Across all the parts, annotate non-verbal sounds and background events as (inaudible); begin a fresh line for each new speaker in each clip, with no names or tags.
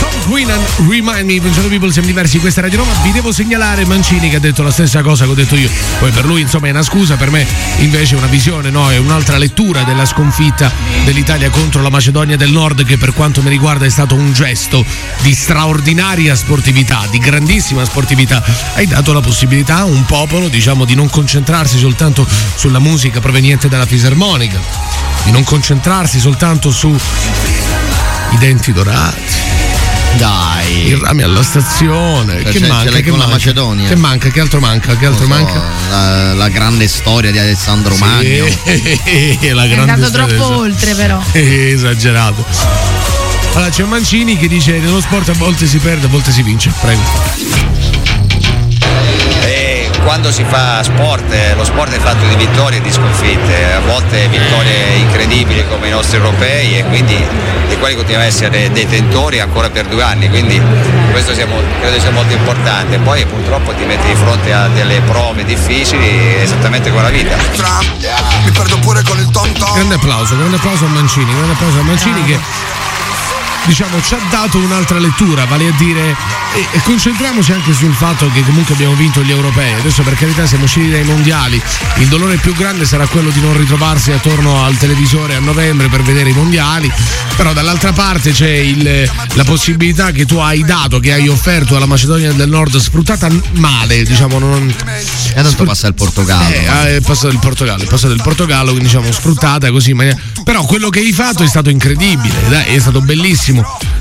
Tom Queenan, Remind Me, non sono people, siamo diversi, questa è Radio Roma. Vi devo segnalare Mancini che ha detto la stessa cosa che ho detto io. Poi per lui insomma è una scusa, per me invece è una visione, no, è un'altra lettura della sconfitta dell'Italia contro la Macedonia del Nord che per quanto mi riguarda è stato un gesto di straordinaria sportività, di grandissima sportività. Hai dato la possibilità a un popolo, diciamo, di non concentrarsi soltanto sulla musica proveniente dalla fisarmonica, di non concentrarsi soltanto su i denti dorati.
Dai.
Il rame alla stazione.
Cioè,
che
ce- ce
manca?
l'hai
Che
con la
manca?
Macedonia.
Che manca? Che altro manca? Che altro
Non so,
manca? Eh,
La, la grande storia di Alessandro Magno.
Sì, (laughs) la
È
grande
andato
storia.
troppo oltre,
Ah,
però.
(laughs) Esagerato. Allora c'è Mancini che dice nello sport a volte si perde, a volte si vince. Prego.
E quando si fa sport, eh, lo sport è fatto di vittorie e di sconfitte, a volte vittorie incredibili come i nostri europei e quindi di quali continuiamo a essere detentori ancora per due anni, quindi questo sia mol- credo sia molto importante. Poi purtroppo ti metti di fronte a delle prove difficili esattamente come la vita.
Mi perdo pure con il tom tom.
Grande applauso, grande applauso a Mancini, grande applauso a Mancini che diciamo ci ha dato un'altra lettura, vale a dire e, e concentriamoci anche sul fatto che comunque abbiamo vinto gli europei, adesso per carità siamo usciti dai mondiali, il dolore più grande sarà quello di non ritrovarsi attorno al televisore a novembre per vedere i mondiali, però dall'altra parte c'è il- la possibilità che tu hai dato, che hai offerto alla Macedonia del Nord sfruttata male, diciamo non... E
adesso passa il Portogallo.
eh, ah, è passato il Portogallo, è passato il Portogallo, quindi diciamo sfruttata così in maniera- Però quello che hai fatto è stato incredibile, dai, è stato bellissimo.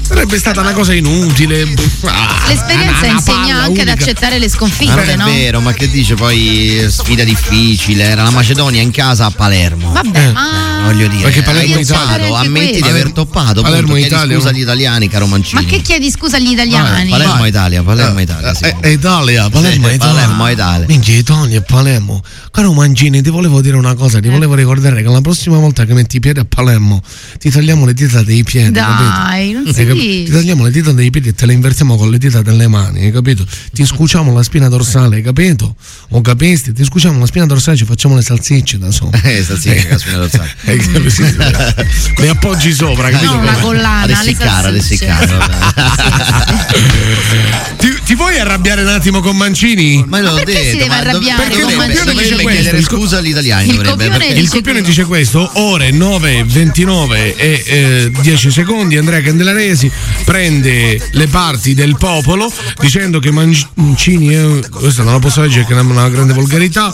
Sarebbe stata una cosa inutile. pff, ah,
L'esperienza
una- una
insegna
palla
anche ad
unica.
accettare le
Ma non
eh,
sconfitte,
è
no?
vero, ma che dice poi eh, sfida difficile, era la Macedonia in casa a Palermo.
Vabbè, ma.
Eh, Voglio dire, Eh,
Perché Palermo
hai
in Italia.
toppato,
Anche
ammetti di
quello.
aver toppato,
Palermo
punto,
in
chiedi
Italia,
scusa
no?
agli italiani, caro Mancini.
Ma che chiedi scusa agli italiani?
Palermo
Vai.
Italia, Palermo Italia.
Eh,
secondo
eh, Italia, Palermo,
Sì,
Italia.
Palermo, Italia.
Minchia, Italia, Palermo. Caro Mangini, ti volevo dire una cosa,
Eh.
ti volevo ricordare che la prossima volta che metti i piedi a Palermo ti tagliamo le dita dei piedi. capito?
Dai, non si
Hai cap- Ti
dice.
tagliamo le dita dei piedi e te le invertiamo con le dita delle mani, hai capito? Ti scuciamo la spina dorsale, hai capito? O capisti? Ti scuciamo la spina dorsale e ci facciamo le salsicce da sopra.
me. Eh, salsiccia, caspita, lo sai.
Hai capito? Sì, sì, sì. le appoggi sopra, capito?
No, la
come?
collana.
Ad
le
essiccare, ad
salsicce. (laughs)
essiccare.
Ti, ti vuoi arrabbiare un attimo con Mancini?
Ma l'ho
perché
detto,
si deve
ma dov-
arrabbiare
Perché con il Mancini? copione dice
dovrebbe
questo,
chiedere
il co-
scusa agli italiani,
il
dovrebbe,
copione
perché-
dice-
Il copione dice questo, ore 9, 29 e eh, 10 secondi Andrea Candelaresi prende le parti del popolo dicendo che Mancini, è- questa non la posso leggere che è una una grande volgarità,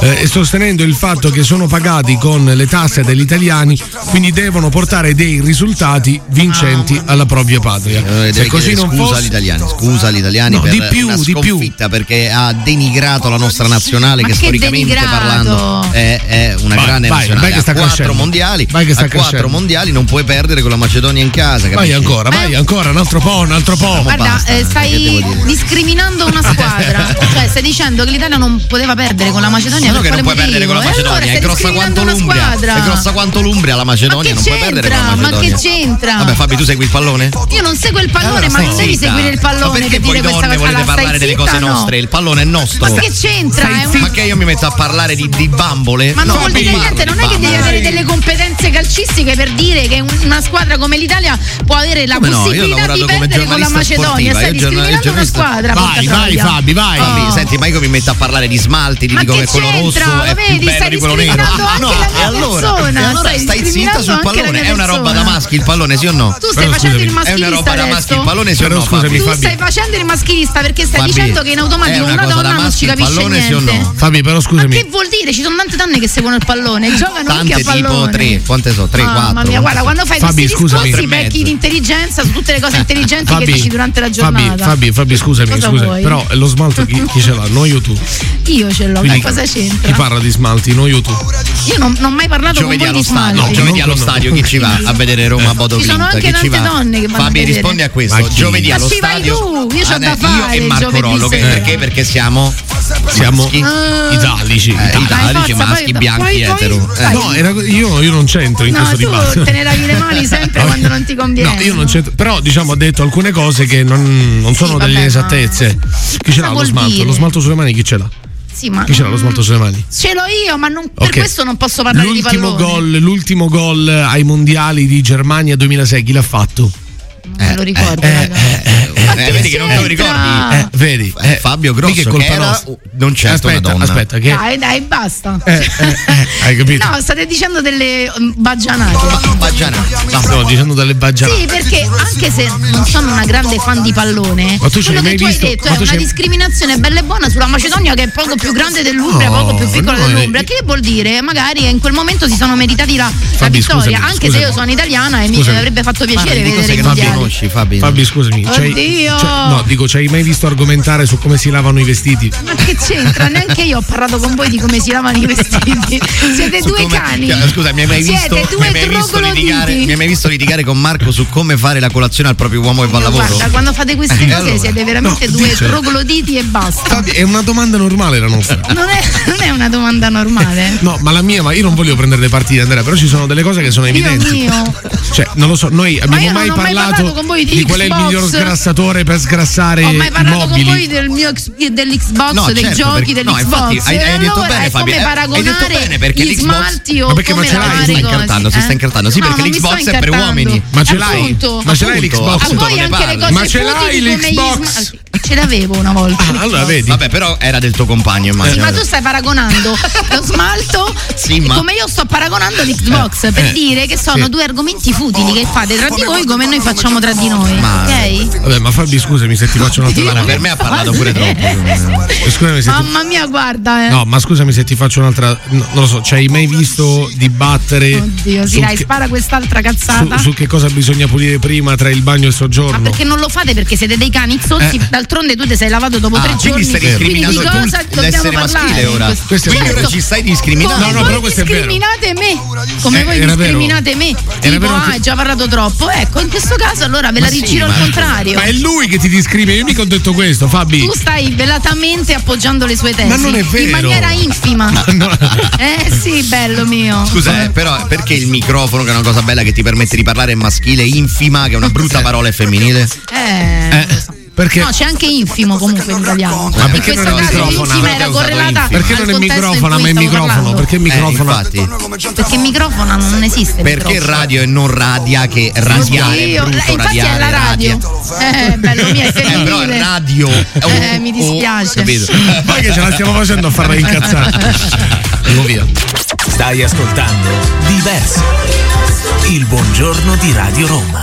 eh, e sostenendo il fatto che sono pagati con le tasse degli italiani, quindi devono portare dei risultati vincenti alla propria patria.
Eh, deve
Se così
chiedere
non
scusa agli
fosse...
italiani, scusa agli italiani
No,
per
di più,
una
di più.
sconfitta perché ha denigrato la nostra nazionale
Ma
che
che
storicamente
denigrato?
parlando è, è una
Vai,
grande
vai,
nazionale.
vai che sta
a quattro
crescendo.
mondiali,
Vai che sta
a quattro
crescendo.
mondiali non puoi perdere con la Macedonia in casa, capisci? Eh,
Vai
Eh,
ancora, vai ancora, un altro po', un altro po'.
Guarda,
basta,
eh,
eh, che devo
stai
dire?
discriminando una squadra.
(laughs)
cioè, stai dicendo che l'Italia non poteva perdere con la Macedonia.
Ma no
per
che non
quale
puoi perdere con la
motivo? E
Macedonia, è
eh, allora stai
grossa quanto
discriminando una
l'Umbria.
squadra.
È grossa quanto l'Umbria la
Ma che
Macedonia, non puoi perdere con la
c'entra? Ma
Macedonia.
che c'entra?
Vabbè, Fabio, tu segui il pallone?
Io non seguo il pallone,
Allora,
ma non
stai
devi
zitta.
seguire il
Ma
pallone
perché
per
voi
dire questa
donne
cosa.
volete
Allora, stai
parlare delle
zitta,
cose
no.
nostre? Il pallone è nostro.
Ma che c'entra? È un-
Ma che io mi metto a parlare di, di bambole?
Ma non vuol dire
parlo
niente,
di
non è che devi
bambole.
avere delle competenze calcistiche per dire che un- una squadra come l'Italia può avere la
Come no, io ho
possibilità
lavorato
di
come
perdere con la
giornalista
Macedonia.
sportiva,
Stai
io giornal-
discriminando una
giornalista-
squadra.
Vai,
porca
vai
troia.
Fabi, vai.
Oh.
Fabi, senti, ma io mi metto a parlare di smalti, di,
Ma
di come
che
quello
c'entra?
rosso
Lo
è più
vedi?
bello
Stai
di quello nero. Ah,
discriminando anche la
e
mia
allora,
persona,
e allora stai
stai
zitta
discriminando
sul
anche la
pallone,
mia
è una una roba da maschi il pallone, sì o no?
Tu stai
Però
facendo
scusami,
È
il
una
maschilista
roba da
adesso.
maschi il pallone, sì o
Però
no?
scusami,
tu
Fabi.
stai facendo il maschilista perché stai
Fabi,
dicendo che in
è
automatico
una
una
cosa da
donna non
maschi
ci
il
capisce
pallone, sì o
niente.
no?
Fabi, però
eh. Ma
scusami.
che vuol dire? Ci sono tante donne che seguono il pallone, giocano anche a
Tante tipo
pallone.
tre, quante sono? Tre, quattro.
Mamma mia, guarda,
quante
quando fai
Fabi,
questi
scusami. Eh,
discorsi
Tre e
becchi
mezzo.
l'intelligenza su tutte le cose intelligenti che dici durante la giornata.
Fabi, Fabi, Fabi, scusami,
Cosa
scusami,
vuoi?
però lo smalto chi, chi ce l'ha? Noi o tu?
Io ce l'ho,
Quindi
che cosa
Chi
c'entra?
parla di smalti? Noi o tu?
Io non, non ho mai parlato con
Giovedì
voi
allo
di smalti.
stadio,
No,
giovedì
non
allo
con-
stadio chi ci va a vedere Roma Bodo
Ci sono
Glinta?
anche
Chi ci
tante
va?
donne che vanno a
Fabi
vedere.
rispondi a questo.
Ma chi?
Giovedì
Ma
allo
ci vai
stadio.
tu, io c'ho da
Ane-
fare
Io e Marco
giovedì
Rollo, che-
sera.
perché? Perché siamo
Siamo Ah.
Maschi?
italici.
eh,
italici.
italici,
forza, poi-
maschi,
poi-
bianchi,
poi-
etero. Eh,
No, era- io, io non c'entro in
No,
questo
tu
dibattito.
te ne lavi le mani sempre
No,
quando non ti
(laughs)
conviene.
No, io non c'entro. Però diciamo ha detto alcune cose che non, non sono
vabbè,
delle
ma-
esattezze. Chi ce l'ha lo
vuol
smalto?
dire?
Lo smalto sulle mani chi ce l'ha?
Sì, ma mm,
Chi ce l'ha lo smalto sulle mani?
ce l'ho io, ma non- per
Ok.
questo non posso parlare di
l'ultimo
pallone.
gol, l'ultimo gol ai mondiali di Germania 2006 chi l'ha fatto?
Non lo ricordo, raga.
eh, eh, vedi che non te lo
c'entra?
ricordi?
Ah.
Eh, vedi?
Eh,
eh,
Fabio
mica è
Grosso
colpa
che era,
nostra.
non c'è
aspetta,
una donna.
aspetta che
Dai, dai, basta.
eh, eh, eh, hai capito?
No, state dicendo delle mm, baggianate.
Baggianate.
No, stavo dicendo delle baggianate.
Sì, perché anche se non sono una grande fan di pallone,
Ma tu ce l'hai
quello
mai
che tu hai
visto?
detto
Ma
è
tu
una
ce-
discriminazione bella e buona sulla Macedonia che è poco più grande dell'Umbria,
No,
poco più piccola
no,
dell'Umbria.
eh,
Che vuol dire? Magari in quel momento si sono meritati la, la
Fabi,
vittoria,
scusami,
anche
scusami.
se io sono italiana e mi
Scusami.
avrebbe fatto piacere
Di
vedere
cose
i
che non
mondiali.
conosci, Fabio.
Fabi, scusami, c'hai,
Oddio!
c'hai- no, dico, ci hai mai visto argomentare su come si lavano i vestiti?
Ma che c'entra? Neanche io ho parlato con voi di come si lavano
(laughs)
i vestiti. Siete
Su
due
come-
cani.
Cioè, Scusa, mi hai mai
Siete
visto, mi
due
hai mai visto
trogloditi.
litigare, mi hai mai visto litigare con Marco su come fare la colazione al proprio uomo che va al lavoro?
Guarda, quando fate queste
Eh,
cose
allora.
siete veramente
No,
due
dice-
trogloditi e basta.
Fabi, è una domanda normale la nostra.
Non è, non è una
(laughs)
domanda normale.
No, ma la mia, ma io non voglio prendere le partite, Andrea, però ci sono delle cose che sono
Dio
evidenti.
mio.
Cioè, non lo so, noi abbiamo
io non
mai,
ho mai parlato con voi di
qual è il
Xbox.
miglior sgrassatore per sgrassare
Ho mai parlato
i
con
mobili.
voi del mio ex- dell'Xbox,
eh, No,
dei
certo,
giochi,
perché- no,
dell'Xbox.
infatti, hai-
E
hai detto
allora
bene,
è
Fabio,
come
eh, hai detto
paragonare
bene, perché
gli
l'Xbox
smalti
Ma
o
perché
come
ma ce l'hai? Si
lavare
sta
i cosi,
incartando, si
eh?
sta incartando. Sì,
No,
perché
non mi
l'Xbox
sto
è per
incartando.
uomini.
Ma ce l'hai?
Appunto.
Ma ce l'hai
Appunto,
l'Xbox?
Ma poi
ne
anche le
parli.
cose
Ma ce l'hai
futili come gli
l'Xbox?
smalti. Ce l'avevo una volta.
Ah, allora vedi.
Vabbè, però era del tuo compagno,
Sì,
immagino.
Eh, ma tu
(laughs)
stai paragonando lo smalto
Sì, ma- Eh,
come io sto paragonando l'Xbox per dire che sono due argomenti futili che fate tra di voi come noi facciamo tra di noi.
Ma-
Ok?
Vabbè, ma Fabi, scusami se ti faccio una
Guarda, per
domanda. Eh,
me ha parlato pure troppo.
Scusami se ti...
Mamma mia, guarda. eh.
No, ma scusami se ti faccio un'altra. no, non lo so, ci hai mai visto dibattere
Oddio, sì,
eh, su,
dai,
che,
spara quest'altra
su-
cazzata.
su che cosa bisogna pulire prima tra il bagno e il
Ma
soggiorno?
perché non lo fate? Perché siete dei cani zozzi.
Eh.
D'altronde tu ti sei lavato dopo
Ah,
tre
quindi
giorni.
stai
Quindi di
discriminando tu
cosa dobbiamo
l'essere maschile
parlare?
ora.
Questo è
Quindi
vero.
ora ci stai
Come
discriminando.
No, no,
voi
però questo è vero.
discriminate me, come
Eh,
voi
era vero.
discriminate me. Tipo,
vero
ah,
anche-
hai già parlato troppo. Ecco, in questo caso allora ve la rigiro al contrario.
Ma è lui che ti descrive, io mica ho detto questo, Fabi.
Tu stai velatamente appoggiando le sue tesi.
Ma non è vero.
In maniera infima. Eh sì, bello mio.
Scusa, eh, però perché il microfono, che è una cosa bella che ti permette di parlare, è maschile, infima, che è una brutta parola è femminile?
Eh.
Perché?
No, c'è anche infimo comunque in italiano.
Ma
in
perché
questo
non è
caso
microfono?
l'infima
Perché
era
usa
correlata.
l'infimo?
perché
al
non è
contesto in
microfono,
cui
ma è
stavo
microfono?
parlando.
Perché
Eh,
microfono?
infatti.
Perché microfono non esiste.
Perché
microfono.
radio e non radia che radiare
Oddio,
è brutto,
eh, infatti è
radiare,
la
radia.
radio. Eh, bello mio, è
Eh, però è
femminile.
radio.
(laughs) Eh,
Oh,
mi
oh,
dispiace.
capito?
Ma che ce la stiamo facendo a
(laughs)
farla incazzare?
Andiamo via.
Stai ascoltando Diverso. Il buongiorno di Radio Roma.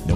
No